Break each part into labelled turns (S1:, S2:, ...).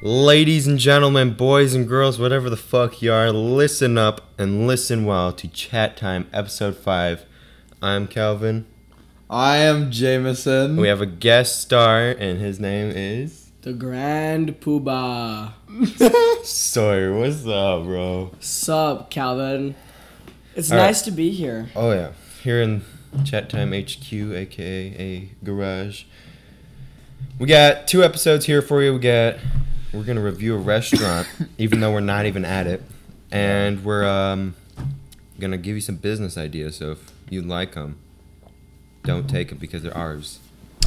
S1: Ladies and gentlemen, boys and girls, whatever the fuck you are, listen up and listen well to Chat Time, Episode 5. I'm Calvin.
S2: I am Jameson.
S1: We have a guest star, and his name is
S3: The Grand Poobah.
S1: Sawyer. What's up, bro?
S3: Sup, Calvin. It's
S1: All right.
S3: nice to be here.
S1: Oh, yeah. Here in Chat Time HQ, aka a garage. We got two episodes here for you. We got, we're going to review a restaurant, even though we're not even at it. And we're um, going to give you some business ideas. So if you like them, don't take them because they're ours.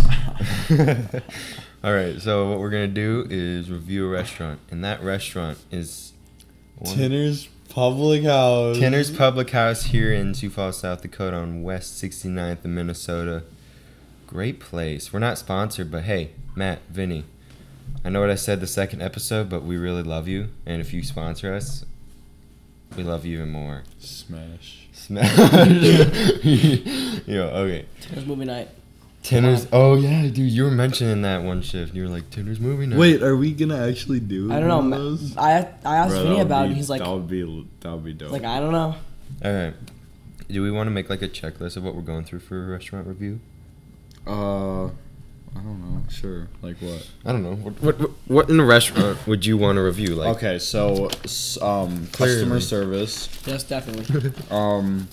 S1: All right, so what we're gonna do is review a restaurant, and that restaurant is one-
S2: Tinner's Public House.
S1: Tinner's Public House here in Sioux Falls, South Dakota, on West 69th in Minnesota. Great place. We're not sponsored, but hey, Matt, Vinny, I know what I said the second episode, but we really love you, and if you sponsor us, we love you even more.
S2: Smash.
S1: Smash. Yo, okay.
S3: It's movie night.
S1: Tinner's. Oh yeah, dude, you were mentioning that one shift. You were like Tinner's movie night.
S2: Wait, are we gonna actually do?
S3: I don't know.
S2: one
S3: ma-
S2: of those?
S3: I I asked
S2: Bro, that
S3: Vinny
S2: would
S3: about it.
S2: be-
S3: and He's like,
S2: that would be that would be dope.
S3: like I don't know.
S1: All right. Do we want to make like a checklist of what we're going through for a restaurant review?
S2: uh, I don't know. Sure. Like what?
S1: I don't know. What what, what in a restaurant would you want to review? Like
S2: okay, so s- um,
S1: Clearly.
S2: customer service.
S3: Yes, definitely.
S2: Um,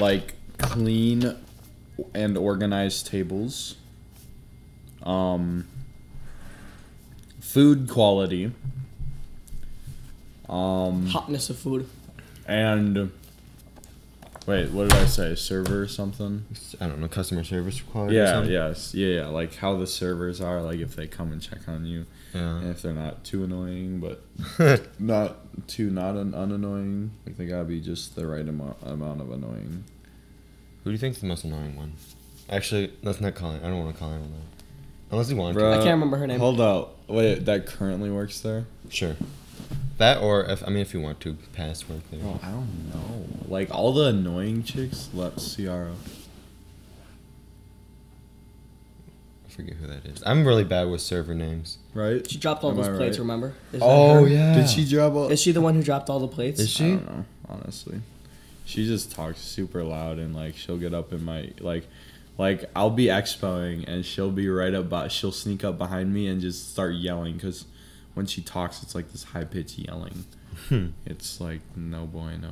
S2: like clean and organized tables. Um, food quality. Um.
S3: Hotness of food.
S2: And wait, what did I say? Server or something?
S1: I don't know customer service quality. or
S2: Yeah,
S1: something?
S2: yes, yeah, yeah. Like how the servers are, like if they come and check on you, and
S1: yeah.
S2: if they're not too annoying, but not too not un- unannoying. Like they gotta be just the right amount amount of annoying.
S1: Who do you think's the most annoying one? Actually, let's not call it. I don't want to call anyone that. Unless you want
S2: Bruh,
S3: can't remember her name.
S2: Hold up, wait, that currently works there.
S1: to. Sure. That or if I mean if you want to pass work there.
S2: I don't know. Like all the annoying chicks left Ciara.
S1: I forget who that is. I'm really bad with server names.
S2: right?
S3: She dropped all
S2: Am
S3: those
S2: I
S3: plates.
S2: right?
S3: Remember? Is that
S1: Oh
S3: her?
S1: yeah.
S2: Did she drop all?
S3: Is she the one who dropped all the plates?
S1: Is she-
S2: I don't know, honestly. She just talks super loud and like she'll get up in my like like I'll be expoing and she'll be right up by she'll sneak up behind me and just start yelling cuz when she talks it's like this high pitched yelling.
S1: Hmm.
S2: It's like no boy no.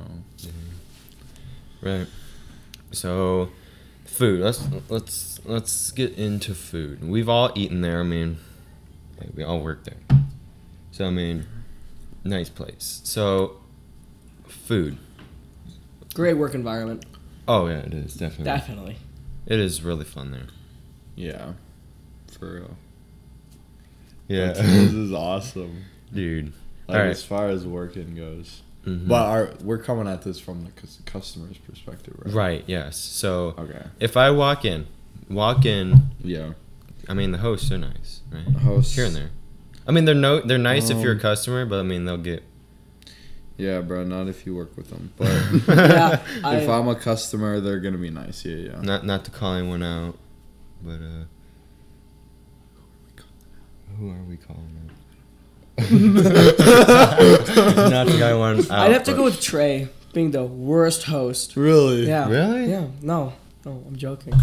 S1: Right. So, food. Let's let's let's get into food. We've all eaten there. I mean, like, we all work there. So I mean, nice place. So, food.
S3: Great work environment.
S1: Oh yeah, it is definitely.
S3: Definitely.
S1: It is really fun there.
S2: Yeah. For real. this
S1: Yeah,
S2: is awesome.
S1: dude.
S2: Like
S1: Alright.
S2: as far as working goes.
S1: Mhm.
S2: But our, we're coming at this from the cus- customer's perspective, right?
S1: Right. Yes. So
S2: Okay.
S1: if I walk in, walk in.
S2: Yeah.
S1: I mean, the hosts are nice, right?
S2: Hosts.
S1: here and there. I mean, they're no, they're nice if you're a
S2: Um,
S1: customer, but I mean, they'll get.
S2: Yeah, bro, not if you work with them. But
S3: Yeah.
S2: if
S3: I,
S2: I'm a customer, they're gonna be nice. Yeah,
S3: uh,
S2: yeah.
S1: Not not to call anyone out, but uh. Who are we calling out? Not the guy I wanted out,
S3: I'd have to
S1: but-
S3: go with Trey being the worst host.
S2: Really?
S3: Yeah.
S1: Really?
S3: Yeah. No. No, I'm joking.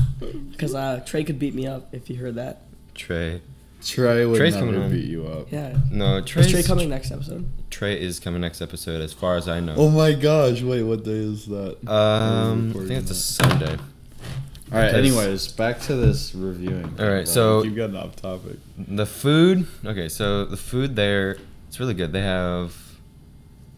S3: Because uh, Trey could beat me up if he heard that.
S1: Trey.
S2: Trey would
S1: Trey's
S2: never
S1: coming on.
S2: beat you up.
S3: Yeah.
S1: No,
S3: Is
S1: Trey's,
S3: Trey coming next episode?
S1: Trey is coming next episode, as far as I know.
S2: Oh my gosh! Wait, what day is that?
S3: Oh.
S1: Um, I think it's a Sunday.
S2: All right.
S1: That's-
S2: Anyways, back to this reviewing.
S1: All right,
S2: But
S1: Uh, so-
S2: you've gotten off topic.
S1: The food. Okay, so the food there, it's really good. They have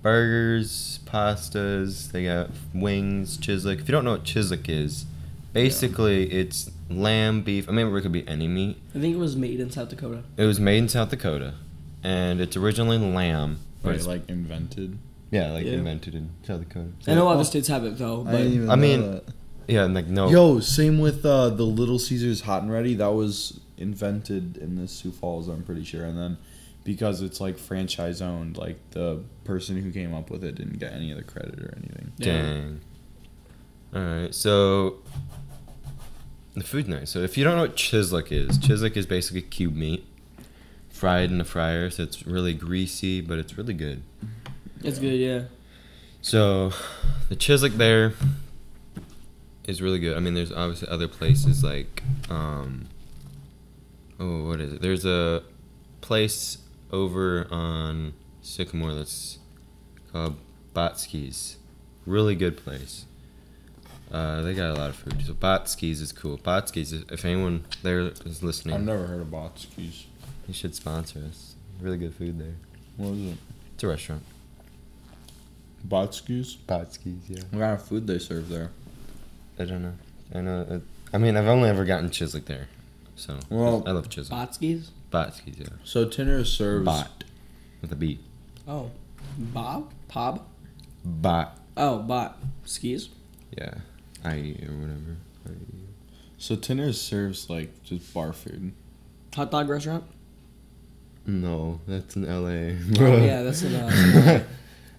S1: burgers, pastas. They got wings, chislik. If you don't know what chislik is, basically it's lamb, beef. I mean, it could be any meat.
S3: I think it was made in South Dakota.
S1: It was made in South Dakota, and it's originally lamb. but
S2: Wait,
S1: it's-
S2: like invented.
S1: yeah, like
S3: Yeah.
S1: invented in South Dakota.
S3: I know
S2: Oh.
S3: other states have it though, but
S1: I mean- oh. Yeah, and like no.
S2: yo, same with uh, the Little Caesars Hot and Ready. That was invented in the Sioux Falls, I'm pretty sure. And then because it's like franchise owned, like the person who came up with it didn't get any of the credit or anything.
S1: Dang. All right, so the food night. So if you don't know what chislik is, chislik is basically cube meat. fried in the fryer, so it's really greasy, but it's really good.
S3: It's good, yeah.
S1: So, the Chiswick there is really good. I mean, there's obviously other places like, um, oh, what is it? There's a place over on Sycamore that's called Botsky's. Really good place. Uh, they got a lot of food. So Botsky's is cool. Botsky's, if anyone there is listening,
S2: I've never heard of Botsky's.
S1: you should sponsor us. Really good food there.
S2: What is it?
S1: It's a restaurant.
S2: Botsky's?
S1: Botsky's, yeah.
S2: What kind of food they serve there?
S1: I don't know. I know. It, I mean, I've only ever gotten Chiswick there, so
S2: Well-
S1: I love Chiswick.
S3: Botskis?
S1: Botskis, yeah,
S2: So Tinner serves
S1: Bot. with a B.
S3: Oh. Bob? Pob?
S1: Bot.
S3: Oh, bot. Skis?
S1: Yeah, I or whatever. IE.
S2: So Tinner serves like just bar food.
S3: Hot dog restaurant?
S1: No, that's in L.A.
S3: Oh, yeah, that's in, uh,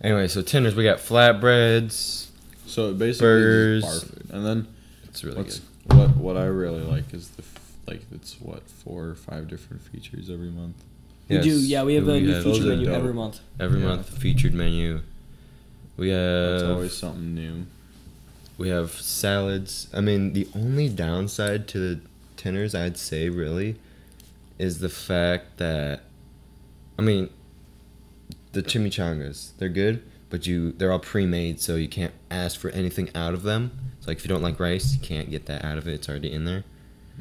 S1: anyway, so tenders. We got flatbreads.
S2: So it basically
S1: Burgers.
S2: is just bar food. And then
S1: It's really
S2: what's
S1: good.
S2: what what I really like is the f- like it's what four or five different features every month.
S3: We do,
S1: Yes,
S3: yeah, we have a new
S2: those
S3: feature
S2: are
S3: menu
S2: dope.
S3: every month.
S1: every
S2: yeah.
S1: month featured menu. We have
S2: It's always something new.
S1: We have salads. I mean, the only downside to the tenders, I'd say, really, is the fact that, I mean, the chimichangas, they're good, but you they're all pre-made, so you can't ask for anything out of them. So, like, if you don't like rice, you can't get that out of it. It's already in there.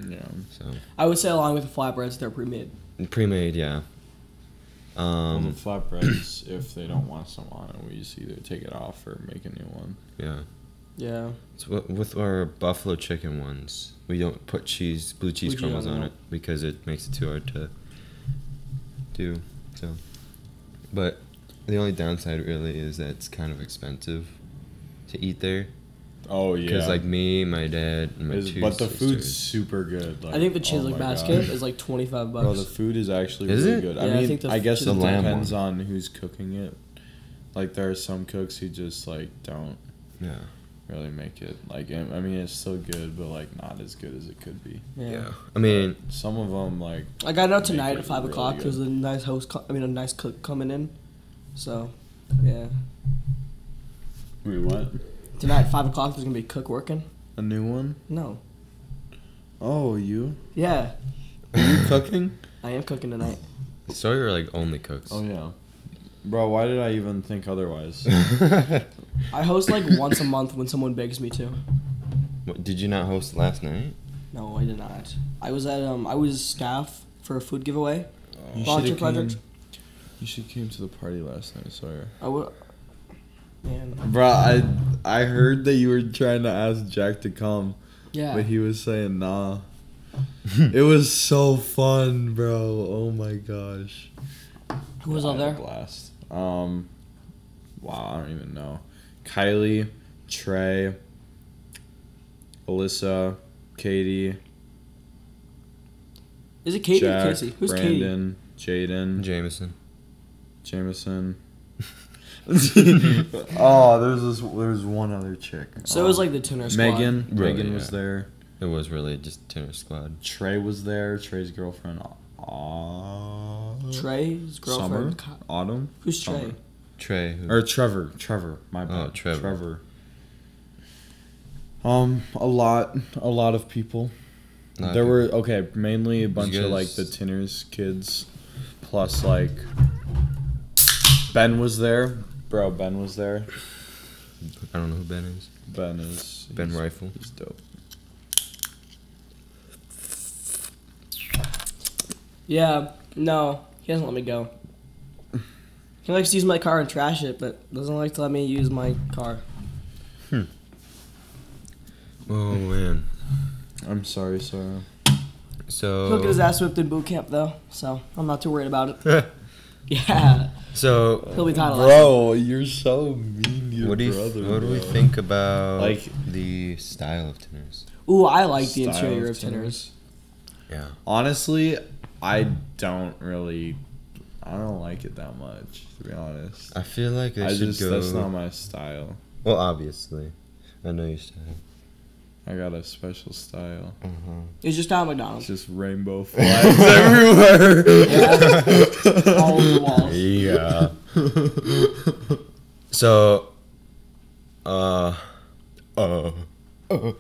S2: Yeah.
S1: So,
S3: I would say along with the flatbreads, they're pre-made.
S1: pre-made, yeah.
S2: Um,
S1: Um,
S2: the flatbreads, if they don't want some on it, we just either take it off or make a new one.
S1: yeah.
S3: Yeah.
S1: So wi- with our buffalo chicken ones, we don't put cheese, blue cheese
S3: Blue cheese
S1: crumbles
S3: on
S1: on
S3: it.
S1: it because it makes it too hard to do. So, but the only downside really is that it's kind of expensive to eat there.
S2: Oh yeah.
S1: Because like me, my dad, and my
S2: Is-
S1: two
S2: but the food's
S1: sisters-
S2: super good. Like,
S3: I think the
S2: oh
S3: Chiswick
S2: my
S3: basket
S2: God.
S3: is like 25 bucks.
S2: Bro, the food is actually
S1: Is
S2: really
S1: it?
S2: good.
S3: Yeah,
S2: I
S3: I
S2: mean, I,
S3: think the
S2: guess it
S1: The lamb
S2: depends on who's cooking it. Like there are some cooks who just like don't
S1: Yeah.
S2: really make it. Like I I mean, it's still good, but like not as good as it could be.
S3: yeah.
S1: I mean,
S2: Some of them like
S3: I got out
S2: Make
S3: tonight
S2: it
S3: at 5
S2: really
S3: o'clock.
S2: good.
S3: There's a nice host, co- I mean, a nice cook coming in. So, yeah.
S2: wait what
S3: Tonight at 5 o'clock, there's going to be a cook working.
S2: a new one.
S3: No.
S2: Oh, you
S3: Yeah.
S2: are you cooking?
S3: I am cooking tonight.
S1: so you're like only cooks.
S2: Oh yeah, bro. Why did I even think otherwise?
S3: I host like once a month when someone begs me to.
S1: What, did you not host last night?
S3: No, I did not. I was at um I was staff for a food giveaway.
S2: You
S3: Volunteer
S2: shoulda
S3: project?
S2: came- You should came to the party last night. Sorry.
S3: I wa- man.
S2: Bro, I I heard that you were trying to ask Jack to come,
S3: Yeah.
S2: but he was saying nah. it was so fun, bro. Oh my gosh.
S3: Who was
S2: I
S3: all
S2: had a
S3: there?
S2: Blast. Um, wow, I don't even know. Kylie, Trey, Alyssa, Katie,
S3: Is it Katie
S2: Jack,
S3: or Casey? Who's Katie?
S2: Brandon, Jaden,
S1: Jameson.
S2: Jamison. oh, there's this. There's one other chick.
S3: So it was like the tenor squad.
S2: um, Megan.
S1: Really,
S2: Megan was
S1: yeah.
S2: there.
S1: It was really just tenor squad.
S2: Trey was there. Trey's girlfriend. Uh,
S3: Trey's
S2: Summer.
S3: girlfriend. Ka-
S2: Autumn.
S3: Who's Trey?
S2: Summer.
S1: Trey. Who,
S2: Or Trevor. Trevor. My bad.
S1: Oh, Trevor.
S2: Trevor. Um, a lot, a lot of people.
S1: Nah,
S2: there
S1: people-
S2: were okay, mainly a bunch
S1: guys-
S2: of like the Tinners kids, plus like Ben was there, bro. Ben was there.
S1: I don't know who Ben is.
S2: Ben is
S1: Ben
S2: he's-
S1: Rifle.
S2: He's dope.
S3: Yeah. No, he doesn't let me go. He likes to use my car and trash it, but doesn't like to let me use my car.
S1: Oh man.
S2: I'm sorry, Sarah.
S1: So.
S3: He'll get his ass whipped in boot camp though, so I'm not too worried about it.
S1: ass.
S3: Yeah,
S1: so.
S3: he'll be titled.
S2: Bro, you're so mean, to your
S1: what do you
S2: brother.
S1: what do we
S2: bro.
S1: think about
S2: Like-
S1: the style of tenors?
S3: Ooh, I like the
S2: Style
S3: interior of
S2: of
S3: tenors.
S2: Tinners.
S1: Yeah.
S2: Honestly, I don't really. I don't like it that much, to be honest.
S1: I feel like they
S2: I
S1: should
S2: just
S1: go.
S2: that's not my style.
S1: well, obviously, I know your style.
S2: I got a special style.
S3: It's just down
S2: It's
S3: McDonald's.
S2: just rainbow flags everywhere.
S3: All over the walls.
S1: Yeah. so, uh, uh, uh,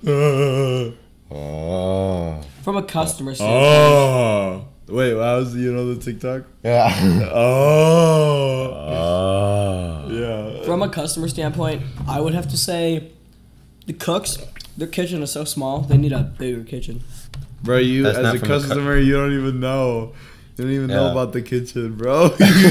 S1: oh,
S3: From a customer standpoint.
S2: Oh. Wait, that was you know the TikTok?
S1: yeah.
S2: Oh.
S1: Uh,
S2: Yeah.
S3: From a customer standpoint, I would have to say the cooks, their kitchen is so small, they need a bigger kitchen.
S2: Bro, you
S1: That's
S2: as
S1: not
S2: a
S1: from a cu-
S2: customer, you don't even know. You don't even know
S1: Yeah.
S2: about the kitchen, bro.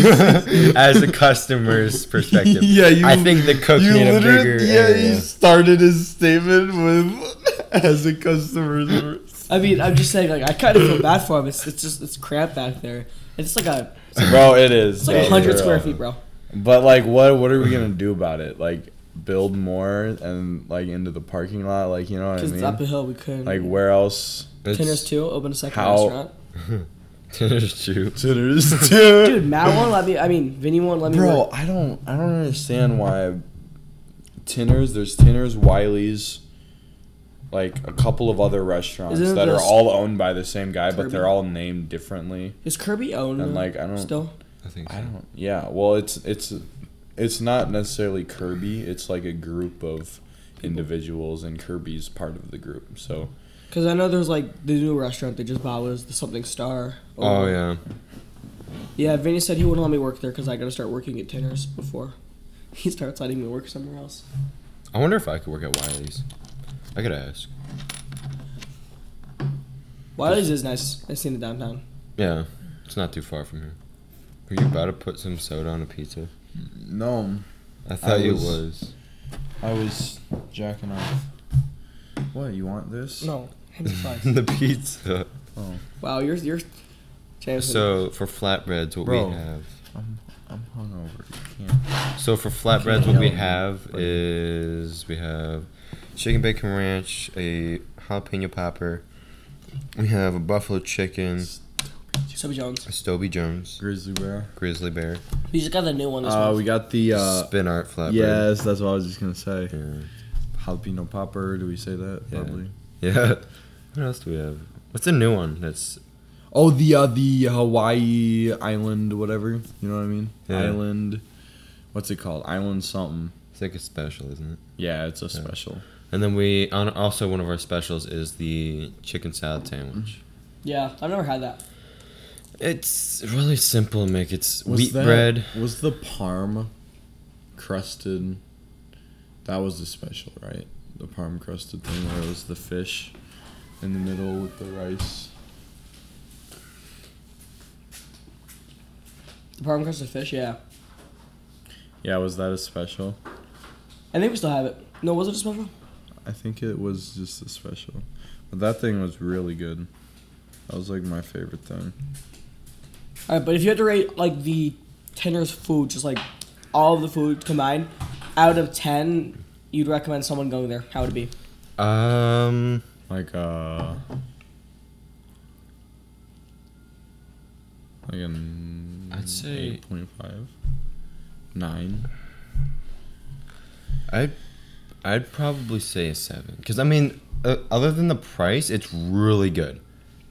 S1: As a customer's perspective,
S2: yeah, you.
S1: I think the cook
S2: you
S1: need a
S2: literally-
S1: bigger
S2: Yeah, he
S1: area.
S2: started his statement with as a customer.
S3: I mean, I'm just saying, like, I kind of feel bad for them. It's, it's just, it's cramped back there. It's like a,
S2: bro, it is.
S3: it's like a 100 square feet, bro.
S2: But like, what what are we gonna do about it? Like, build more and like into the parking lot. Like, you know what I
S3: Because it's
S2: mean?
S3: up a hill, we couldn't.
S2: like, where else?
S3: Tinners too, open a second
S2: How-
S3: restaurant.
S1: Tinner's too.
S2: Sinners, dude.
S3: Dude, Matt won't let me. I mean, Vinny won't let me.
S2: Bro,
S3: work.
S2: I don't I don't understand why. Tinners, there's Tinners, Wiley's, like a couple of other restaurants
S3: Isn't it
S2: that
S3: the
S2: are
S3: s-
S2: all owned by the same guy, but
S3: Kirby?
S2: they're all named differently.
S3: is Kirby owned?
S2: And
S3: it
S2: like, I don't.
S3: Still,
S1: I think
S2: I don't. Yeah. Well, it's it's it's not necessarily Kirby. It's like a group of individuals, and Kirby's part of the group. So
S3: because I know there's like the new restaurant they just bought was the Something Star.
S1: Oh yeah.
S3: Yeah, Vinny said he wouldn't let me work there because I gotta start working at Tinners before he starts letting me work somewhere else.
S1: I wonder if I could work at Wiley's. I could ask.
S3: Wiley's is nice. I've seen it downtown.
S1: Yeah, it's not too far from here. Were you about to put some soda on a pizza?
S2: no,
S1: I thought you
S2: was-
S1: was.
S2: I was jacking off. What you want this? Oh,
S3: No,
S1: the pizza.
S3: wow, you're you're. James,
S1: So for flatbreads, what
S2: Bro.
S1: we have.
S2: I'm I'm hungover. You can't.
S1: So for flatbreads, what we
S2: Yeah.
S1: have is we have chicken bacon ranch, a jalapeno popper. We have a buffalo chicken,
S3: Sophie Jones.
S1: a Stoby Jones,
S2: Grizzly bear.
S1: grizzly bear,
S3: We just got the new one. This
S2: Uh,
S3: month.
S2: we got the uh.
S1: spin art flatbread.
S2: Yes, that's what I was just gonna say.
S1: Yeah.
S2: Jalapeno popper. Do we say that?
S1: Yeah.
S2: Probably.
S1: Yeah. What else do we have? What's the new one? That's
S2: Oh, the uh, the Hawaii island, whatever. You know what I mean?
S1: Yeah.
S2: Island. What's it called? Island something.
S1: it's like a special, isn't it?
S2: Yeah, it's a special.
S1: And then we on also one of our specials is the chicken salad
S2: Mm.
S1: sandwich.
S3: yeah, I've never had that.
S1: It's really simple, Mick. It's
S2: Was
S1: wheat
S2: that-
S1: bread.
S2: Was the parm crusted? That was the special, right? The parm crusted thing where it was the fish in the middle with the rice.
S3: The parm crusted fish. Yeah,
S2: Yeah, was that a special?
S3: I think we still have it. No, was it a special?
S2: I think it was just a special. But that thing was really good. That was like my favorite thing.
S3: All right, but if you had to rate like the Tinner's food, just like all of the food combined, out of ten, you'd recommend someone going there. How would it be?
S1: Um,
S2: Like uh like an
S1: I'd say-
S2: eight point five. Nine.
S1: I'd I'd probably say a seven because I mean, uh, other than the price, it's really good.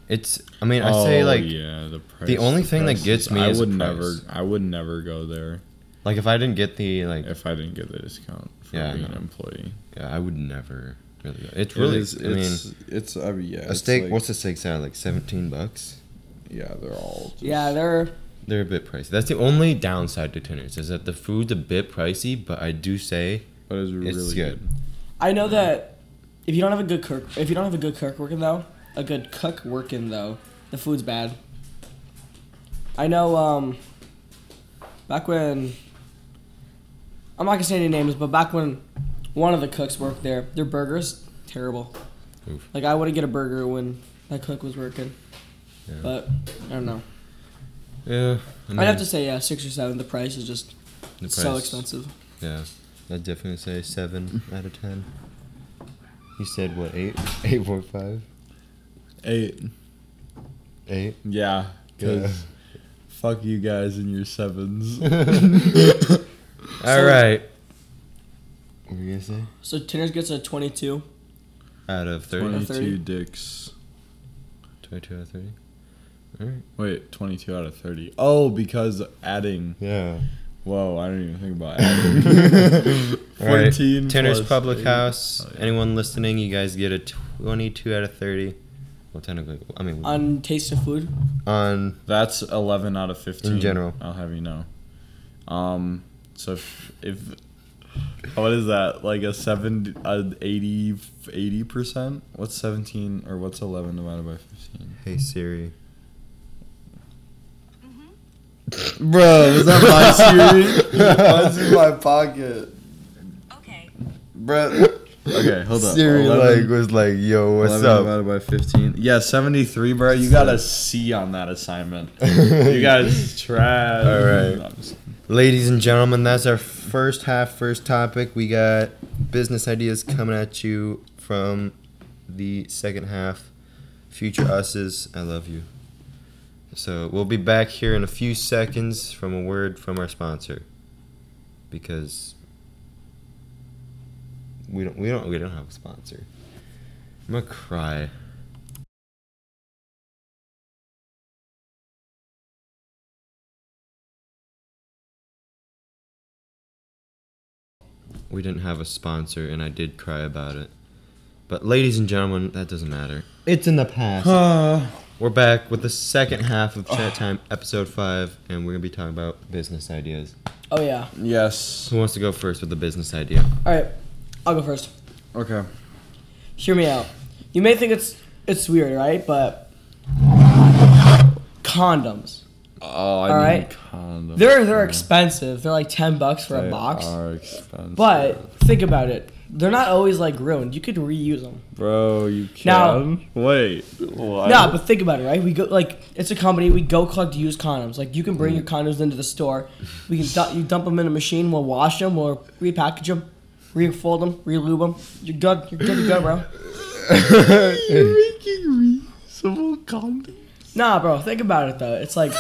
S1: It's I mean I say
S2: Oh,
S1: like
S2: yeah, the, price,
S1: only thing that
S2: prices.
S1: gets me
S2: I
S1: is the
S2: would never
S1: price.
S2: I would never go there
S1: like if I didn't get the like
S2: if I didn't get the discount for
S1: Yeah, I
S2: being an
S1: know.
S2: employee.
S1: yeah, I would never really. Go. It's really I mean
S2: it's I mean, yeah.
S1: a steak. what's a steak salad like seventeen bucks?
S2: yeah, they're all just,
S3: Yeah, they're
S1: They're a bit pricey. That's the only downside to Tinners is that the food's a bit pricey, but I do say
S2: but it's really
S1: it's
S2: good.
S1: good.
S3: I know that if you don't have a good cook, if you don't have a good cook working though, a good cook working though, the food's bad. I know. Um, back when I'm not gonna say any names, but back when one of the cooks worked there, their burgers terrible.
S1: Oof.
S3: Like I wouldn't get a burger when that cook was working.
S1: Yeah.
S3: But I don't know.
S1: Yeah, I
S3: I'd
S1: mean,
S3: have to say yeah, six or seven. The price is just
S1: the
S3: so
S1: price-
S3: expensive.
S1: Yeah, I'd definitely say seven out of ten. You said what eight? Eight point five?
S2: Eight.
S1: Eight?
S2: Yeah, cuz
S1: Yeah.
S2: fuck you guys and your sevens.
S1: All right. What were you gonna say?
S3: So Tinners gets a 22.
S1: out of 30?
S3: 20. 30?
S2: Twenty-two dicks.
S1: 22 out of 30? Alright.
S2: Wait, twenty-two out of thirty. Oh, because adding.
S1: Yeah.
S2: Whoa, I didn't even think about
S1: All
S2: adding.
S1: right.
S2: Fourteen.
S1: Tanner's
S2: plus
S1: Public
S2: eight.
S1: House.
S2: Oh, yeah.
S1: Anyone listening, you guys get a 22 out of 30. Well, technically, I mean, on,
S3: On taste of food,
S2: That's eleven out of fifteen.
S1: general.
S2: I'll have you know. Um. So if, if what is that like a seven a 80 percent? What's seventeen or what's eleven divided by fifteen?
S1: Hey Siri.
S2: Bro, is that my Siri?
S1: in my
S2: pocket,
S4: Okay.
S2: bro? Okay, hold up.
S1: Siri
S2: 11
S1: like was like, "Yo, what's
S2: 11
S1: up?"
S2: divided by 15. Yeah, 73, bro. You got a C on that assignment. you guys trash.
S1: All right.
S2: No, I'm just kidding.
S1: Ladies and gentlemen, that's our first half, first topic. We got business ideas coming at you from the second half. Future us's, I love you. So we'll be back here in a few seconds from a word from our sponsor, because we don't, we don't, we don't have a sponsor. I'm gonna cry. We didn't have a sponsor, and I did cry about it. But, ladies and gentlemen, that doesn't matter. It's in the past.
S2: Uh,
S1: We're back with the second half of Chat Time, episode five, and we're gonna be talking about business ideas.
S3: oh yeah.
S2: yes.
S1: Who wants to go first with the business idea?
S3: All right, I'll go first.
S2: Okay.
S3: Hear me out. You may think it's it's weird, right? But condoms.
S2: Oh, I
S3: All
S2: need
S3: right.
S2: condoms.
S3: They're they're expensive. They're like ten bucks for
S2: They
S3: a box.
S2: Are expensive.
S3: But think about it. They're not always like ruined. You could reuse them.
S2: bro, you
S3: Now-
S2: can. Wait. What?
S3: No, but think about it, right? We go like it's a company. We go collect used condoms. Like you can bring your condoms into the store. We can du- you dump them in a machine. We'll wash them. We'll repackage them, refold them, relube them. You're good. You're good to go, bro.
S2: You're making reusable condoms.
S3: Nah, bro. Think about it though. It's like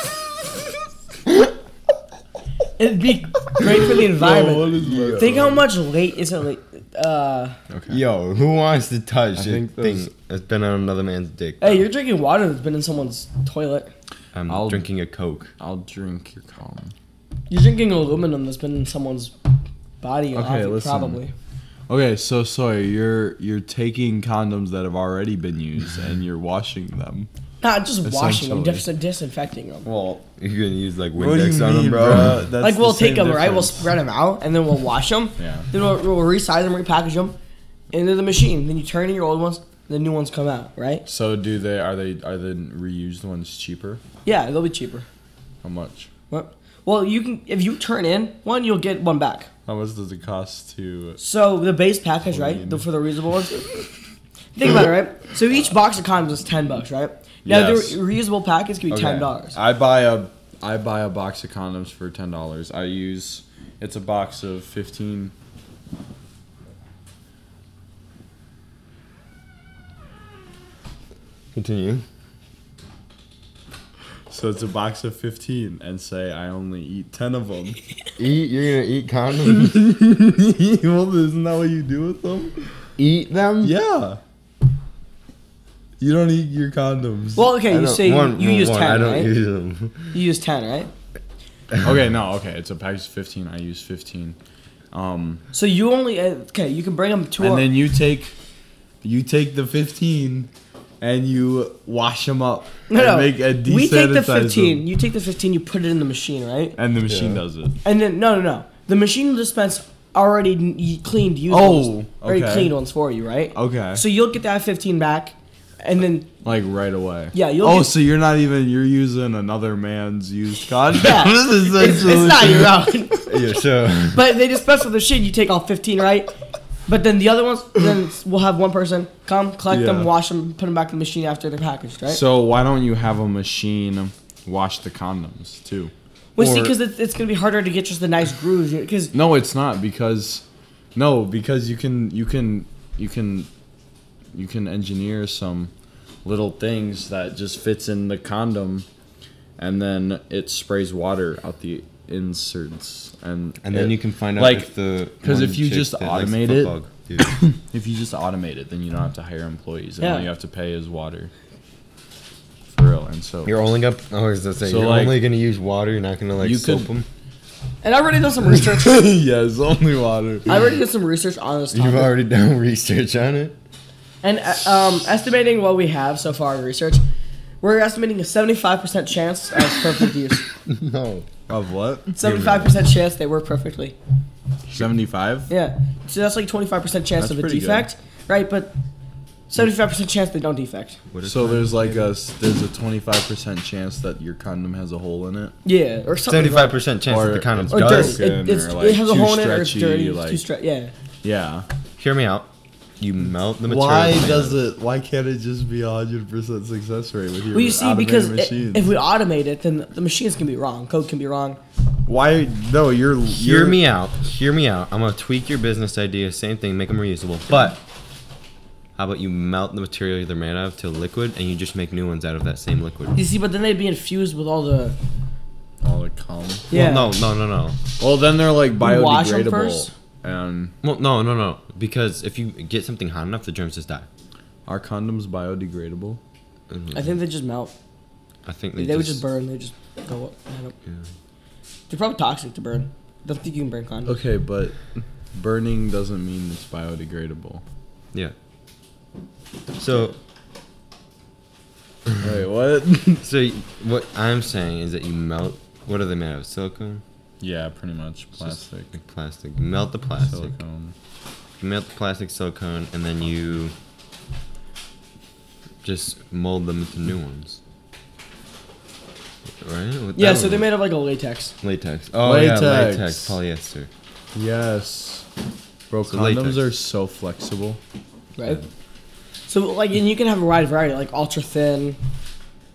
S3: it'd be great for the environment.
S2: what is my
S3: think how much late isn't late. Uh,
S2: Okay.
S1: Yo, who wants to touch
S2: I
S1: a
S2: think
S1: thing
S2: those-
S1: that's been on another man's dick?
S3: hey, you're drinking water that's been in someone's toilet.
S1: I'm
S2: I'll-
S1: drinking a Coke.
S2: I'll drink your condom.
S3: You're drinking aluminum that's been in someone's body. and
S2: Okay,
S3: body,
S2: listen.
S3: Probably.
S2: Okay, so sorry, you're you're taking condoms that have already been used and you're washing them.
S3: Not just washing them,
S2: Essentially.
S3: just disinfecting them.
S2: Well,
S1: You're gonna use like
S2: what do you
S1: Windex
S2: mean,
S1: on him, bro?
S2: That's
S3: like
S2: the
S3: we'll take
S2: same
S3: them, right? We'll
S2: difference.
S3: spread them out, and then we'll wash them.
S2: Yeah.
S3: Then we'll, we'll resize them, repackage them into the machine. Then you turn in your old ones, the new ones come out, right?
S2: So do they? Are they? Are the reused ones cheaper?
S3: Yeah, they'll be cheaper.
S2: How much?
S3: What? Well, you can if you turn in one, you'll get one back.
S2: How much does it cost to?
S3: So the base package, right,
S2: Clean.
S3: the, for the reusable ones. Think about it, right? So each box of condoms is ten bucks, right? Now
S2: Yes.
S3: the re- reusable packets can be
S2: Okay.
S3: ten dollars.
S2: I buy a I buy a box of condoms for ten dollars. I use it's a box of fifteen.
S1: Continue.
S2: So it's a box of fifteen, and say I only eat ten of them.
S1: Eat. You're gonna eat condoms.
S2: well, isn't that what you do with them?
S1: eat them.
S2: Yeah. You don't eat your condoms.
S3: Well, okay,
S1: I
S3: you
S1: don't-
S3: say you-
S1: one-
S3: you use
S1: one, I
S3: ten,
S1: don't
S3: right?
S1: use them.
S3: You use ten, right?
S2: okay, no, okay. It's a package of fifteen. I use fifteen. Um.
S3: So you only uh, okay. You can bring them to.
S2: and
S3: our-
S2: then you take you take the 15 and you wash them up
S3: No,
S2: and
S3: no.
S2: make a
S3: we take the
S2: desanitize 'em.
S3: 15. You take the 15, you put it in the machine, right?
S2: and the machine
S1: Yeah.
S2: does it
S3: And then, no, no, no. The machine will dispense already n- y- cleaned used
S2: Oh,
S3: ones. Already
S2: okay.
S3: cleaned ones for you, right?
S2: okay
S3: So you'll get that 15 back. And then,
S2: like right away
S3: Yeah, you'll
S2: oh
S3: get-
S2: so you're not even you're using another man's used condom
S3: yeah. it's, it's not your own.
S1: Yeah. So
S3: but they dispense with the shit. You take all 15, right? But then the other ones, then it's- we'll have one person come, collect
S2: Yeah.
S3: them, wash them, put them back in the machine after they're packaged, right?
S2: so why don't you have a machine wash the condoms too
S3: well, see,
S1: or-
S3: because it's, it's going to be harder to get just the nice grooves. Because
S2: no it's not because no because you can you can you can you can engineer some little things that just fits in the condom and then it sprays water out the inserts and
S1: and then
S2: it-
S1: you can find out
S2: like
S1: if the
S2: because
S1: one
S2: if you
S1: chick
S2: just
S1: that likes
S2: automate
S1: football
S2: it
S1: dude.
S2: If you just automate it, then you don't have to hire employees, and all
S3: Yeah.
S2: you have to pay is water. For real, and so
S1: You're only gonna. I was gonna say
S2: So,
S1: you're
S2: like,
S1: only gonna use water. You're not gonna like
S2: you
S1: soap
S2: could-
S1: them.
S3: And I already did some research.
S2: yes, only water.
S3: I already did some research on this topic.
S1: You've already done research on it.
S3: and uh, um, estimating what we have so far in research, we're estimating a 75% chance of perfect use.
S1: No.
S2: Of what?
S3: 75% chance they work perfectly.
S2: Seventy-five.
S3: Yeah. So that's like 25% chance
S2: That's
S3: of a
S2: pretty good.
S3: defect, right? But 75% chance they don't defect.
S1: What
S2: So there's like a s- there's a twenty-five percent chance that your condom has a hole in it.
S3: Yeah, or something.
S1: seventy
S3: like-
S1: five percent chance that the condom
S3: Or
S1: does.
S3: dirty.
S2: Broken
S3: It, it's,
S2: or, like,
S3: it has a
S2: too
S3: hole in it, or it's
S2: stretchy,
S3: dirty. it's
S2: like-
S3: too stre- yeah.
S2: Yeah.
S1: Hear me out. You melt the material.
S2: Why
S1: in the
S2: does it? Why can't it just be a hundred percent success rate with your
S3: Well, you see,
S2: automated
S3: because i-
S2: machines?
S3: if we automate it, then the machines can be wrong. Code can be wrong.
S2: why? No, you're.
S1: Hear
S2: you're-
S1: me out. Hear me out. I'm gonna tweak your business idea. Same thing. Make them reusable. But how about you melt the material they're made of to liquid, and you just make new ones out of that same liquid?
S3: You see, but then they'd be infused with all the.
S2: All the calm.
S3: Yeah.
S1: Well, no, no, no, no.
S2: Well, then they're like
S3: You wash 'em
S2: biodegradable,
S3: first?
S2: and
S1: Well, no, no, no. Because if you get something hot enough, the germs just die.
S2: our condoms biodegradable.
S3: I think they just melt.
S1: I think
S3: They,
S1: they,
S3: would just burn. They just go up. I don't-
S1: Yeah.
S3: They're probably toxic to burn. Don't think you can burn condoms.
S2: Okay, but burning doesn't mean it's biodegradable.
S1: Yeah. So,
S2: Wait, what?
S1: so y- what I'm saying is that you melt. What are they made of? Silicone,
S2: yeah, pretty much plastic,
S1: like plastic. Melt the plastic.
S2: silicone.
S1: You melt the plastic silicone, and then you just mold them into new ones. Right? What-
S3: Yeah,
S1: that
S3: so
S1: one
S3: they're
S1: was-
S3: made of like a latex.
S1: latex. Oh yeah,
S2: Latex.
S1: latex polyester.
S2: Yes, bro.
S1: So
S2: condoms
S1: latex.
S2: are so flexible.
S3: Right. So like, and you can have a wide variety, like ultra thin,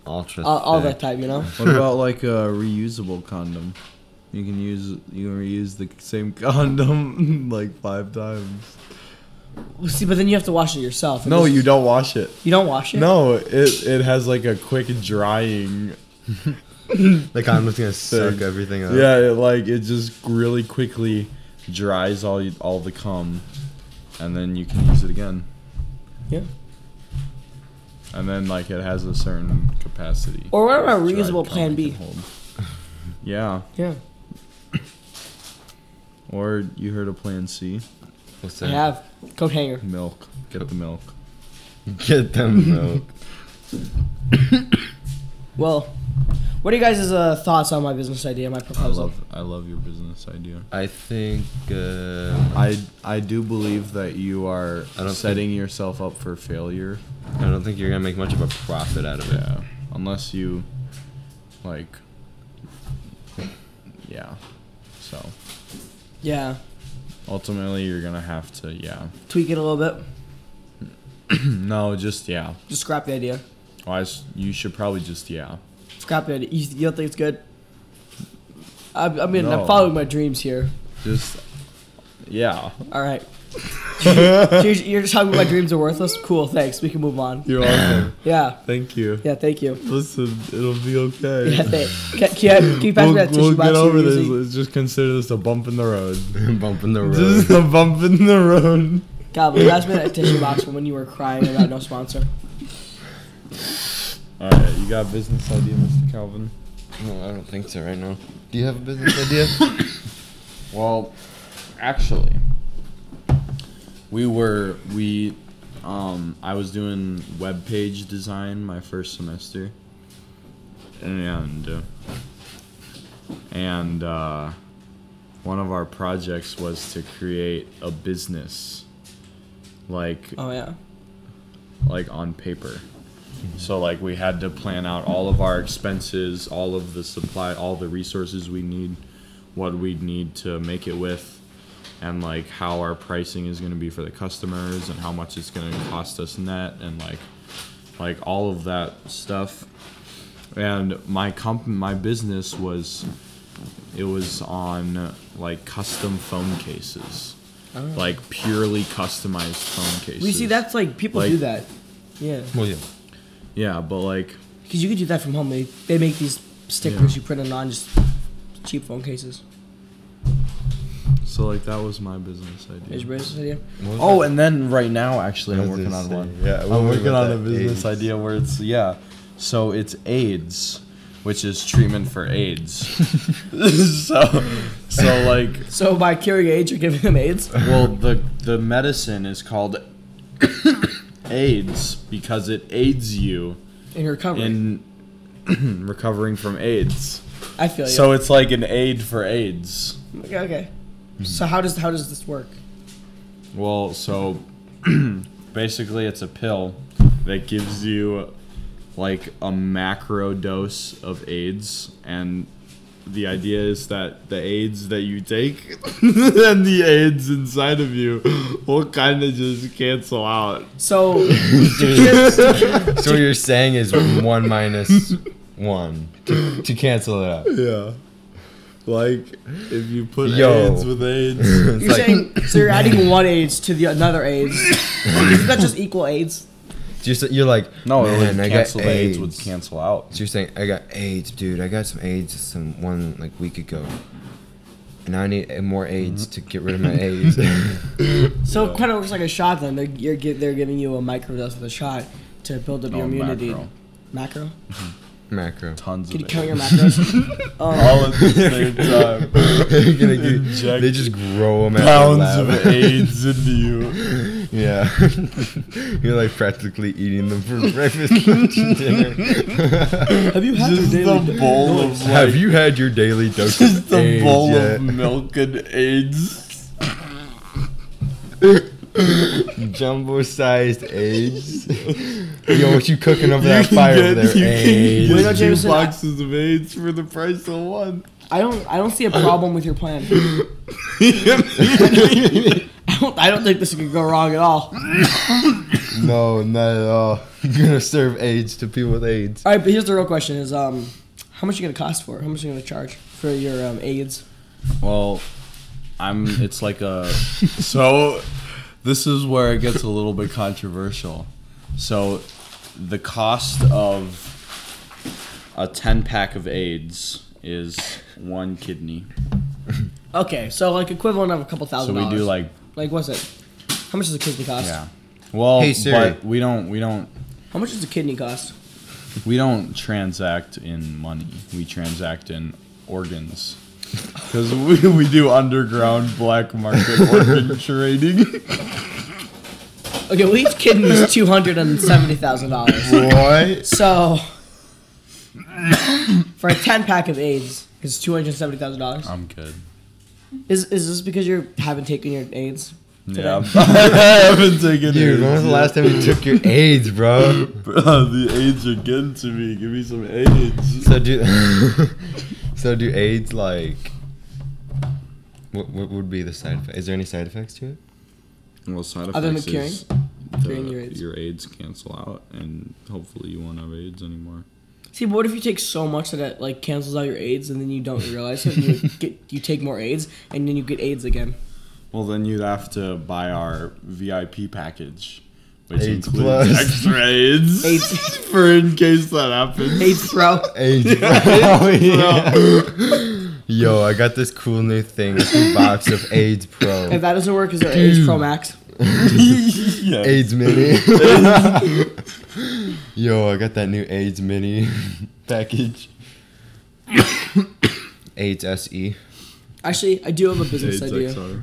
S1: Ultra.
S3: all, all
S1: thick.
S3: that type, you know.
S2: What about like a reusable condom? You can use you can reuse the same condom like five times.
S3: Well, See, but then you have to wash it yourself. and
S2: No,
S3: this-
S2: you don't wash it.
S3: You don't wash it.
S2: No, it it has like a quick drying.
S1: The condom's gonna suck
S2: Thing.
S1: everything up.
S2: Yeah, it, like it just really quickly dries all you- all the cum, and then you can use it again.
S3: Yeah.
S2: And then like it has a certain capacity.
S3: Or what about
S2: Dried
S3: reusable
S2: cum
S3: Plan
S2: it
S3: B?
S2: can hold. Yeah,
S3: Yeah.
S2: or you heard of Plan C?
S1: What's
S3: I
S1: that?
S3: have coat hanger.
S2: Milk. Get the milk.
S1: Get them milk.
S3: Well, what are you guys' uh, thoughts on my business idea, my
S2: I
S3: proposal?
S2: love I love your business idea.
S1: I think. Uh,
S2: I I do believe that you are
S1: I don't
S2: setting yourself up for failure.
S1: I don't think you're gonna make much of a profit out of it.
S2: Yeah. Unless you like yeah. So
S3: Yeah,
S2: ultimately you're going to have to yeah.
S3: tweak it a little bit.
S2: No, just yeah.
S3: Just scrap the idea.
S2: Well, I s- you should probably just yeah.
S3: Scrap the idea. You, you don't think it's good? I, I mean,
S2: No.
S3: I'm following my dreams here.
S2: Just yeah.
S3: All right. So you're, you're just telling me my dreams are worthless? Cool, thanks. We can move on.
S2: You're welcome.
S3: Yeah,
S2: Thank you.
S3: yeah, thank you.
S2: Listen, it'll be okay.
S3: Yeah, thank. Can, can, can you pass me that tissue box? you were using?
S2: Let's just consider this a bump in the road.
S1: Bumping the road.
S2: a bump in the road.
S3: God, but pass me that tissue box from when you were crying about no sponsor.
S2: All right, you got a business idea, Mr. Calvin?
S1: No, I don't think so right now. Do you have a business idea?
S2: Well, actually, we were we, um, I was doing web page design my first semester, and uh, and uh, one of our projects was to create a business, like
S3: Oh yeah.
S2: like on paper. So like we had to plan out all of our expenses, all of the supply, all the resources we need, what we'd need to make it with, and like how our pricing is going to be for the customers and how much it's going to cost us net and like like all of that stuff. And my comp my business was it was on like custom phone cases. Like purely customized phone cases.
S3: Oh. We see that's like people
S2: Like-
S3: do that. Yeah,
S1: well, yeah.
S2: Yeah, but like
S3: because you could do that from home. They they make these stickers you print it on just cheap phone cases.
S2: So like that was my business idea.
S3: Is your business idea?
S1: What was
S2: Oh,
S1: that?
S2: and then right now, actually, I'm
S1: What
S2: working
S1: does
S2: on
S1: it
S2: one.
S1: say? Yeah, what
S2: I'm
S1: was
S2: working
S1: about
S2: on a
S1: that? AIDS.
S2: business idea where it's yeah. So it's AIDS, which is treatment for AIDS. so, so like,
S3: So by curing AIDS, you're giving them AIDS.
S2: well, the the medicine is called AIDS because it aids you
S3: in recovery.
S2: in recovering from AIDS.
S3: I feel you.
S2: So it's like an aid for AIDS.
S3: okay, okay.
S2: Mm-hmm.
S3: So how does how does this work?
S2: Well, so basically, it's a pill that gives you like a macro dose of AIDS, and the idea is that the AIDS that you take and the AIDS inside of you will kind of just cancel out.
S3: So
S1: So what you're saying is one minus one to, to cancel it out.
S2: Yeah. Like if you put
S1: Yo.
S2: AIDS with AIDS,
S1: It's
S3: you're
S1: like-
S3: saying so you're adding one AIDS to the another AIDS. Isn't that just equal AIDS?
S1: Just that you're like
S2: no,
S1: man,
S2: it
S1: I
S2: would
S1: got
S2: cancel. the AIDS would
S1: AIDS."
S2: cancel out.
S1: So you're saying I got AIDS, dude. I got some AIDS some one like week ago, and I need more AIDS to get rid of my AIDS.
S3: So
S2: Yeah.
S3: it kind of works like a shot. Then they're you're, gi- they're giving you a microdose of the shot to build up
S2: No,
S3: your immunity.
S2: Oh, macro.
S3: Macro?
S1: Macro.
S2: Tons
S3: Can you
S2: of
S3: count
S2: AIDS.
S3: your macros? um,
S2: All at the same time.
S1: You're gonna get-
S2: Inject
S1: they just grow them
S2: pounds of AIDS into you.
S1: Yeah, you're like practically eating them for breakfast, lunch, and dinner.
S3: have you had
S2: Just
S3: your daily?
S2: the bowl of like,
S1: Have you had your daily dose
S2: just
S1: of
S2: the
S1: AIDS
S2: bowl
S1: yet?
S2: of milk and AIDS.
S1: Jumbo-sized AIDS. Yo, what you cooking over that
S2: you can
S1: fire
S2: get,
S1: over there?
S2: you
S1: AIDS.
S2: can
S3: Wait,
S2: get
S3: no,
S2: two
S3: Jameson, I-
S2: boxes of AIDS for the price of one.
S3: I don't I don't see a problem with your plan. I don't I don't think this could go wrong at all.
S1: No, not at all. You're gonna serve AIDS to people with AIDS.
S3: All right, but here's the real question: Is um, how much you gonna cost for? it? How much you gonna charge for your um, AIDS?
S2: Well, I'm. It's like a. so, this is where it gets a little bit controversial. So, the cost of a ten pack of AIDS is one kidney.
S3: Okay, so like equivalent of a couple
S2: So
S3: thousand.
S2: we do
S3: dollars.
S2: like
S3: like what's it? How much does a kidney cost?
S2: yeah. Well,
S1: Hey, Siri.
S2: but we don't we don't
S3: How much does a kidney cost?
S2: we don't transact in money. We transact in organs. Because we, we do underground black market organ trading.
S3: Okay, well each kidney is two hundred and seventy thousand dollars.
S1: What?
S3: So for a ten pack of AIDS is two hundred seventy thousand dollars.
S2: I'm good.
S3: Is is this because you haven't taken your AIDS?
S2: Yeah, I haven't taken
S1: Dude, when was the last time you took your AIDS, bro?
S2: Bro, Uh, the AIDS are getting to me. Give me some AIDS.
S1: So do, so do AIDS like? What, what would be the side effect? Is there any side effects to it?
S2: Well, side
S3: Other than effects curing? is Curing your AIDS.
S2: your AIDS cancel out, and hopefully you won't have AIDS anymore.
S3: See, but what if you take so much that it like cancels out your AIDS and then you don't realize it? And you get you take more AIDS and then you get AIDS again.
S2: Well, then you'd have to buy our VIP package, which
S1: AIDS
S2: includes
S1: plus.
S2: extra AIDS,
S3: AIDS.
S2: for in case that happens.
S3: AIDS, bro.
S1: AIDS. Pro. Yo, I got this cool new thing, this new box of AIDS
S3: If
S1: Pro,
S3: that doesn't work, is there AIDS Pro
S1: Dude.
S3: Max?
S2: yeah.
S1: AIDS Mini. Yo, I got that new AIDS Mini package. AIDS E. SE.
S3: Actually, I do have a business
S2: AIDS
S3: idea.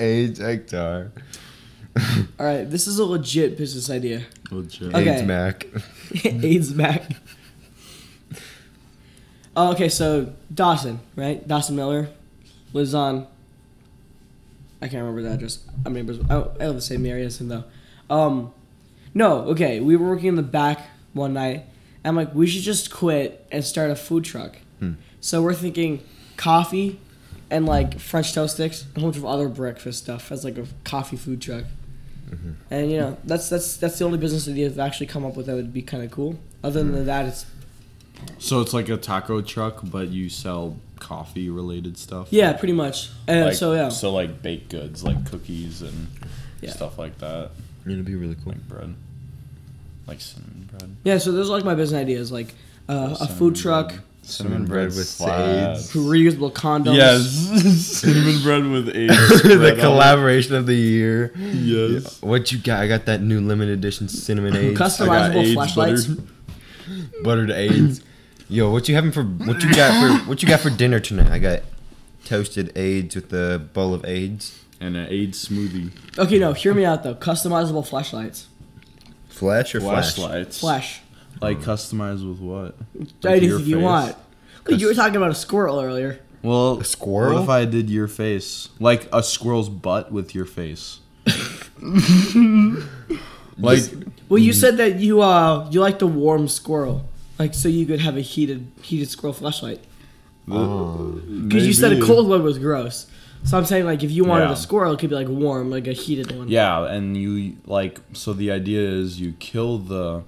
S1: AIDS Hector.
S3: All right, this is a legit business idea.
S2: Legit.
S3: Okay.
S1: AIDS Mac.
S3: AIDS Mac. Oh, okay, so Dawson, right? Dawson Miller lives on. I can't remember the address. I'm neighbors. I, I live in the same area as him though. Um, no, okay. We were working in the back one night. I'm like, we should just quit and start a food truck. So we're thinking coffee and like French toast sticks and a whole bunch of other breakfast stuff as like a coffee food truck. And you know, that's that's that's the only business idea I've actually come up with that would be kind of cool. Other
S2: Mm-hmm.
S3: than that, it's
S2: So it's like a taco truck, but you sell coffee related stuff.
S3: yeah, pretty much. And
S2: Like,
S3: so yeah,
S2: So like baked goods, like cookies and
S3: Yeah.
S2: stuff like that,
S1: It'll be really cool.
S2: like bread, like cinnamon bread.
S3: yeah. So those are like my business ideas, like uh, a
S2: Cinnamon
S3: food truck,
S2: bread. Cinnamon bread with
S1: slaps.
S2: AIDS.
S3: Reusable condoms.
S2: Yes, cinnamon bread with AIDS.
S1: the
S2: spread on
S1: collaboration of the year.
S2: it. Yes.
S1: What you got? I got that new limited edition cinnamon AIDS.
S3: Custom-
S2: I got
S3: Customizable
S2: AIDS
S3: flashlights.
S2: butter.
S1: buttered AIDS. Yo, what you having for what you got for what you got for dinner tonight? I got toasted AIDS with a bowl of AIDS.
S2: and an AIDS smoothie.
S3: Okay, no, hear me out though. Customizable flashlights.
S1: Flash or flash?
S2: Flashlights.
S3: Flash.
S2: Like customized with what? Like your
S3: Anything you
S2: face?
S3: want. Wait, you were
S2: Cus-
S3: talking about a squirrel earlier.
S2: Well,
S1: A squirrel?
S2: What if I did your face, like a squirrel's butt with your face? like
S3: Well,
S2: Mm-hmm.
S3: you said that you uh you like the warm squirrel, like so you could have a heated heated squirrel flashlight. Because you said a
S2: maybe.
S3: cold one was gross. So I'm saying like if you wanted
S2: Yeah.
S3: a squirrel, it could be like warm, like a heated one.
S2: Yeah, and you like so the idea is you kill the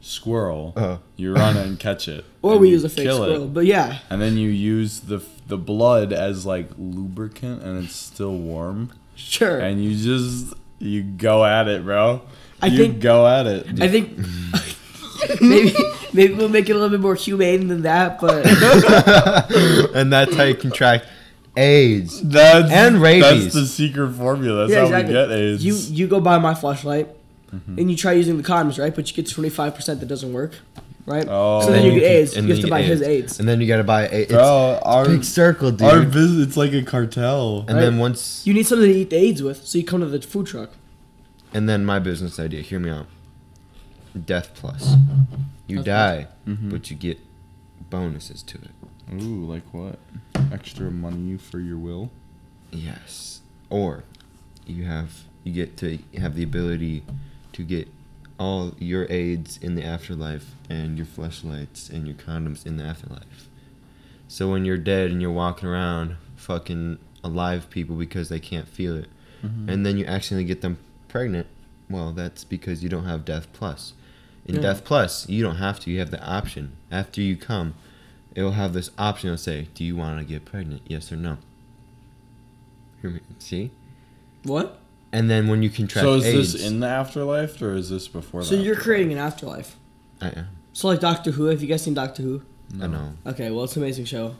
S2: squirrel,
S1: Uh-huh.
S2: you run and catch it,
S3: Or
S2: and
S3: we
S2: you
S3: use a fake
S2: kill it,
S3: squirrel, but yeah,
S2: and then you use the the blood as like lubricant, and it's still warm,
S3: sure.
S2: and you just you go at it, bro.
S3: I
S2: you
S3: think-
S2: go at it.
S3: I think
S2: Mm.
S3: maybe maybe we'll make it a little bit more humane than that, but
S1: and that's how you contract AIDS.
S2: That's
S1: And rabies.
S2: That's the secret formula. That's
S3: yeah,
S2: how
S3: exactly.
S2: we get Mm-hmm. AIDS.
S3: You you go buy my flashlight, and you try using the condoms, right? But you get 25 percent that doesn't work, right?
S2: Oh.
S3: so then
S2: And
S3: you get
S1: can-
S3: AIDS. You
S1: and
S3: have
S1: then
S3: to
S1: get
S3: buy his AIDS.
S1: And then you gotta buy AIDS.
S2: bro, our
S1: Big circle, dude.
S2: our business, it's like a cartel.
S1: and then once,
S3: You need something to eat the AIDS with, so you come to the food truck.
S1: and then my business idea. Hear me out. Death plus, you
S3: Death plus.
S1: die, but you get bonuses to it.
S2: Ooh, like what? Extra money for your will.
S1: Yes. Or you have you get to have the ability to get all your aids in the afterlife and your fleshlights and your condoms in the afterlife. So when you're dead and you're walking around fucking alive people because they can't feel it and then you accidentally get them pregnant, well that's because you don't have death plus. In
S3: Yeah.
S1: death plus, you don't have to, you have the option. After you come, it'll have this option it'll say, Do you wanna get pregnant? Yes or no. Hear me- See?
S3: What?
S1: And then when you contract
S2: so is
S1: AIDS,
S2: this in the afterlife or is this before?
S3: So
S2: the
S3: you're
S2: afterlife?
S3: creating an afterlife.
S1: I, I
S3: So like Doctor Who, have you guys seen Doctor Who?
S1: I know.
S3: Okay, well it's an amazing show.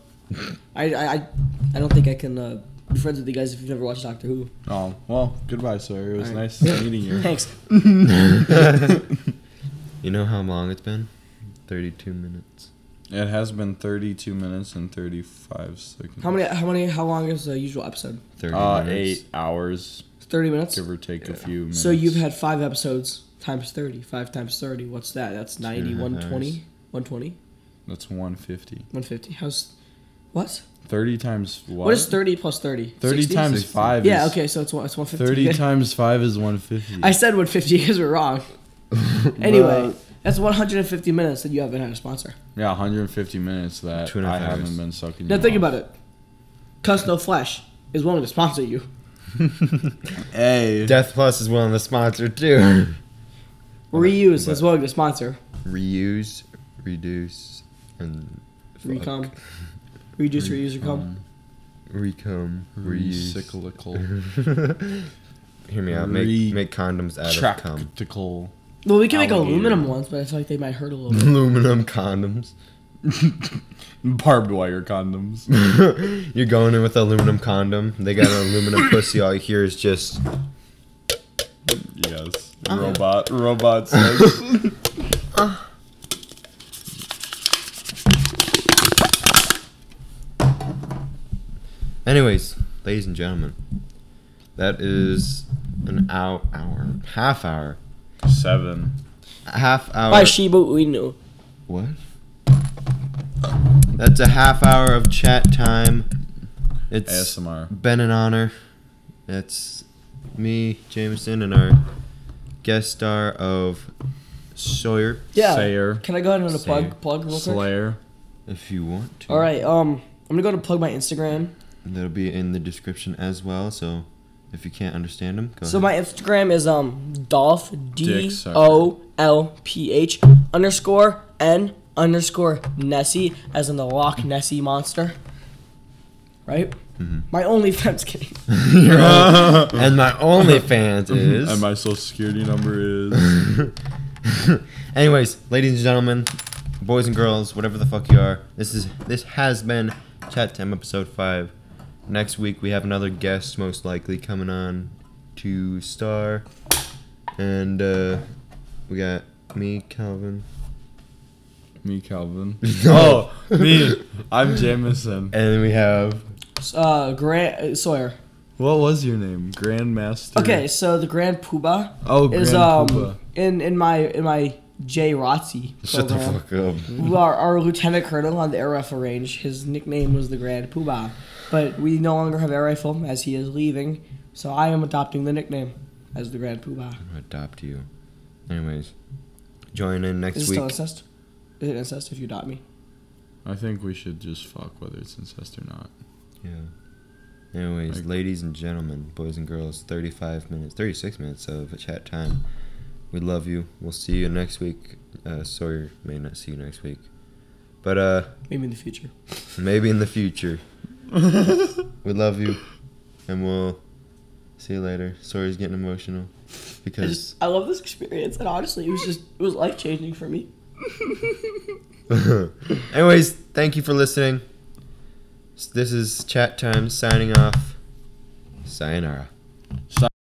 S3: I I I, I don't think I can uh, be friends with you guys if you've never watched Doctor Who.
S2: Oh well, goodbye, sir. It was
S3: Alright.
S2: nice meeting you.
S3: Thanks.
S1: You know how long it's been? Thirty-two minutes.
S2: It has been 32 minutes and 35 seconds.
S3: How many how many how long is the usual episode?
S1: Thirty
S2: Uh,
S1: minutes.
S2: eight hours,
S3: Thirty minutes.
S2: give or take a few. minutes.
S3: So you've had five episodes times 30. Five times 30. What's that? That's 90,
S1: and a half
S3: 120,
S1: hours.
S3: 120,
S2: that's 150.
S3: 150. How's. What?
S2: 30 times what?
S3: What is 30 plus 30?
S2: 30
S3: 60?
S2: times
S1: 60.
S2: five.
S3: Yeah,
S2: is,
S3: okay, so it's, one- it's 150.
S2: 30 times 5 is 150.
S3: I said 150 because we're wrong. anyway, that's 150 minutes that you haven't had a sponsor.
S2: yeah, 150 minutes that
S1: Two and a
S2: I
S1: half hours.
S2: haven't been sucking.
S3: Now think about it. Cuss No Flesh is willing to sponsor you.
S2: Hey.
S1: Death Plus is willing to sponsor too.
S3: Reuse
S1: but-
S3: is willing to sponsor.
S1: Reuse, reduce, and fuck.
S3: Recom. Reduce, reuse, recom.
S1: Recom. Reuse.
S2: Recyclical.
S1: Hear me out. Make
S2: Re-
S1: make condoms out of cum.
S2: Tractical.
S3: Well, we can make
S2: Alligator.
S3: aluminum ones, but I feel like they might hurt a little bit.
S1: Aluminum condoms.
S2: Barbed wire condoms.
S1: You're going in with aluminum condom. They got an aluminum pussy. All you hear is just
S2: yes.
S3: Uh-huh.
S2: Robot. Robot sex.
S1: Anyways, ladies and gentlemen, that is an hour, hour, half hour,
S2: Seven.
S1: half hour.
S3: By Shiba Inu.
S1: what? That's a half hour of chat time. It's
S2: ASMR.
S1: been an honor. That's me, Jameson, and our guest star of Sawyer,
S3: Yeah.
S2: Sayer.
S3: Can I go ahead and plug
S1: Sayer.
S3: plug real quick?
S2: Slayer.
S1: if you want to.
S3: All right. Um, I'm gonna go to plug my Instagram.
S1: That'll be in the description as well. So if you can't understand them, go
S3: So
S1: ahead.
S3: my Instagram is um Dolph D
S2: Dick sucker.
S3: O L P H underscore N underscore Nessie as in the Loch Nessie monster. Right.
S1: Mm-hmm.
S3: My OnlyFans kidding.
S1: and my OnlyFans is.
S2: And my social security number is.
S1: Anyways, ladies and gentlemen, boys and girls, whatever the fuck you are. This is this has been Chat Time episode five. Next week we have another guest most likely coming on to star, and uh, we got me, Calvin.
S2: Me, Calvin.
S1: No.
S2: Oh, me. I'm Jamison.
S1: And then we have
S3: Uh, Grant uh, Sawyer.
S2: What was your name? Grandmaster.
S3: Okay, so the Grand Poobah
S2: Oh, Grand
S3: is um
S2: Poobah.
S3: in in my in my J Rotzi
S1: shut the
S3: program.
S1: fuck up.
S3: Our, our lieutenant colonel on the air rifle range. His nickname was the Grand Poobah, but we no longer have air rifle as he is leaving. So I am adopting the nickname as the Grand Poobah.
S1: I'm gonna adopt you. Anyways, join in next
S3: Is it
S1: week.
S3: still incest? Is it incest if you adopt me?
S2: I think we should just fuck whether it's incest or not.
S1: Yeah. Anyways,
S2: Like-
S1: ladies and gentlemen, boys and girls, 35 minutes, 36 minutes of chat time. We love you. We'll see you next week. Uh, Sawyer may not see you next week. But uh,
S3: Maybe in the future.
S1: maybe in the future. we love you. And we'll see you later. Sawyer's getting emotional.
S3: I
S1: Because.
S3: just I love this experience, and honestly, it was just it was life changing for me.
S1: Anyways, thank you for listening. This is Chat Time signing off. Sayonara.